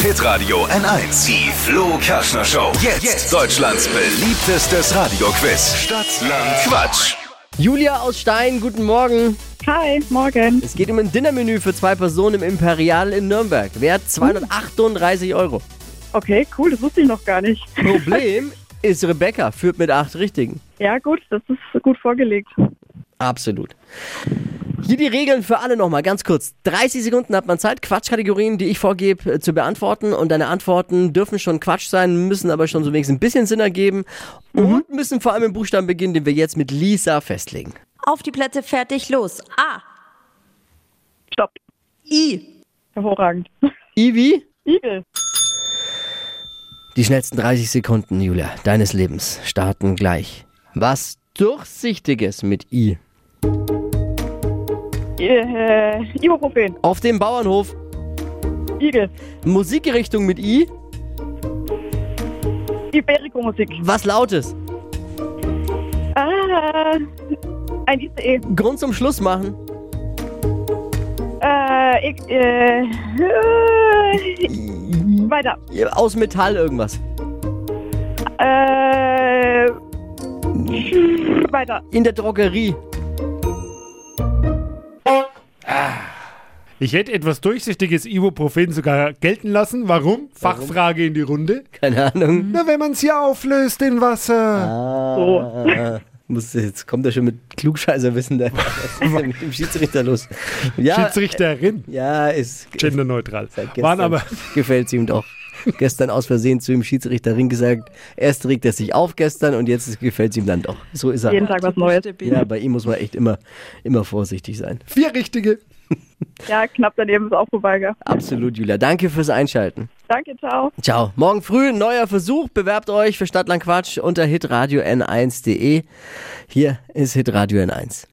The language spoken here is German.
Hitradio N1. Die Flo Kerschner Show. Jetzt, Deutschlands beliebtestes Radioquiz. Stadt, Land, Quatsch. Julia aus Stein, guten Morgen. Hi, morgen. Es geht um ein Dinnermenü für zwei Personen im Imperial in Nürnberg. Wert 238 Euro. Okay, cool, das wusste ich noch gar nicht. Problem ist, Rebecca führt mit acht Richtigen. Ja, gut, das ist gut vorgelegt. Absolut. Hier die Regeln für alle nochmal, ganz kurz. 30 Sekunden hat man Zeit, Quatschkategorien, die ich vorgebe, äh, zu beantworten. Und deine Antworten dürfen schon Quatsch sein, müssen aber schon so wenigstens ein bisschen Sinn ergeben. Und müssen vor allem im Buchstaben beginnen, den wir jetzt mit Lisa festlegen. Auf die Plätze, fertig, los. A. Stopp. I. Hervorragend. Ivi, Igel. die schnellsten 30 Sekunden, Julia, deines Lebens starten gleich. Was Durchsichtiges mit I. Äh, Ibuprofen. Auf dem Bauernhof, Igel. Musikrichtung mit I. Iberico-Musik. Was Lautes. Äh, ein äh, ICE. Grund zum Schluss machen. Äh, ich, äh, äh, weiter. Aus Metall irgendwas. Äh, weiter. In der Drogerie. Ich hätte etwas durchsichtiges Ibuprofen sogar gelten lassen. Warum? Fachfrage in die Runde. Keine Ahnung. Na, wenn man es hier auflöst in Wasser. So. Äh, muss, jetzt kommt er schon mit Klugscheißerwissen da. Was ist denn mit dem Schiedsrichter los? Ja, Schiedsrichterin. ja ist, ist Genderneutral. seit Waren gestern. aber Gefällt ihm doch. gestern aus Versehen zu dem Schiedsrichterin gesagt, erst regt er sich auf gestern und jetzt gefällt ihm dann doch. So ist er. Jeden Tag was Neues. Ja, bei ihm muss man echt immer, immer vorsichtig sein. vier richtige. Ja, knapp daneben ist auch vorbei. Gell? Absolut, Julia. Danke fürs Einschalten. Danke, ciao. Ciao. Morgen früh ein neuer Versuch. Bewerbt euch für Stadtland Quatsch unter hitradio n1.de. Hier ist hitradio n1.